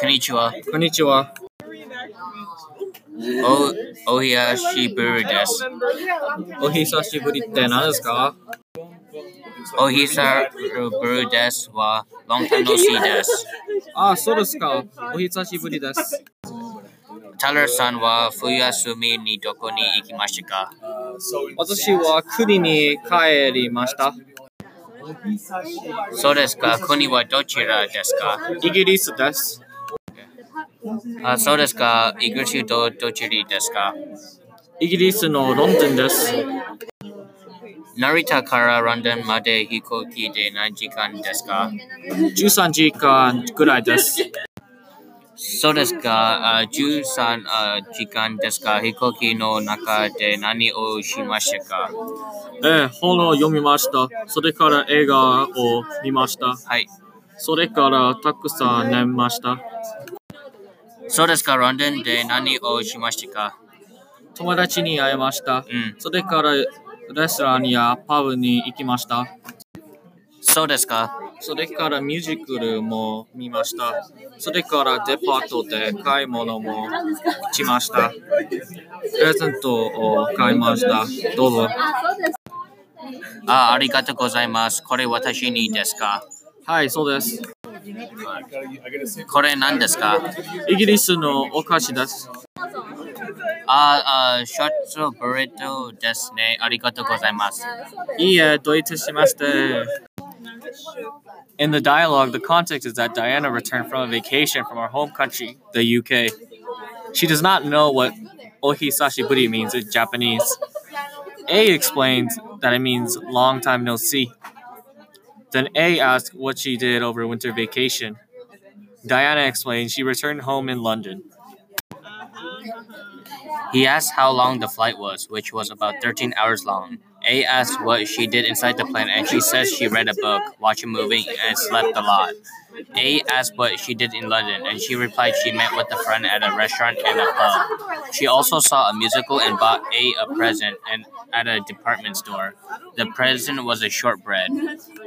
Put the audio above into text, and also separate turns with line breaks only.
こんにちは。
こんにちは。
お、お久しぶりです。
お久しぶりって何ですか
お久しぶりですは、ロンタンのシーです。
あ、そうですか。お久しぶりです。
タラさんは冬休みにどこに行きましたか
私は国に帰りました。
そうですか、国はどちらですか
イギリスです。
あそうですか、イギリスとどちらですか
イギリスのロンドンです。
成田からロンドンまで飛行機で何時間ですか
13時間ぐらいです。
そうですか、あ13あ時間ですか飛行機の中で何をしましたか
ええ、本を読みました。それから映画を見ました。
はい。
それからたくさん寝ました。
そうですか、ロンドンで何をしましたか
友達に会いました。
うん。
それからレストランやパブに行きました。
そうですか。
それからミュージカルも見ました。それからデパートで買い物もしました。プレゼントを買いました。どうぞ。
あありがとうございます。これ私にですか
はい、そうです。
これ何ですか
イギリスのお菓子です。
ああ、ショートブレッドですね。ありがとうございます。
いいえ、どういたしまして。In the dialogue, the context is that Diana returned from a vacation from her home country, the UK. She does not know what ohisashiburi means in Japanese. A explains that it means long time no see. Then A asks what she did over winter vacation. Diana explains she returned home in London.
He asked how long the flight was, which was about 13 hours long. A asked what she did inside the plane, and she says she read a book, watched a movie, and slept a lot. A asked what she did in London, and she replied she met with a friend at a restaurant and a pub. She also saw a musical and bought A a present and at a department store. The present was a shortbread.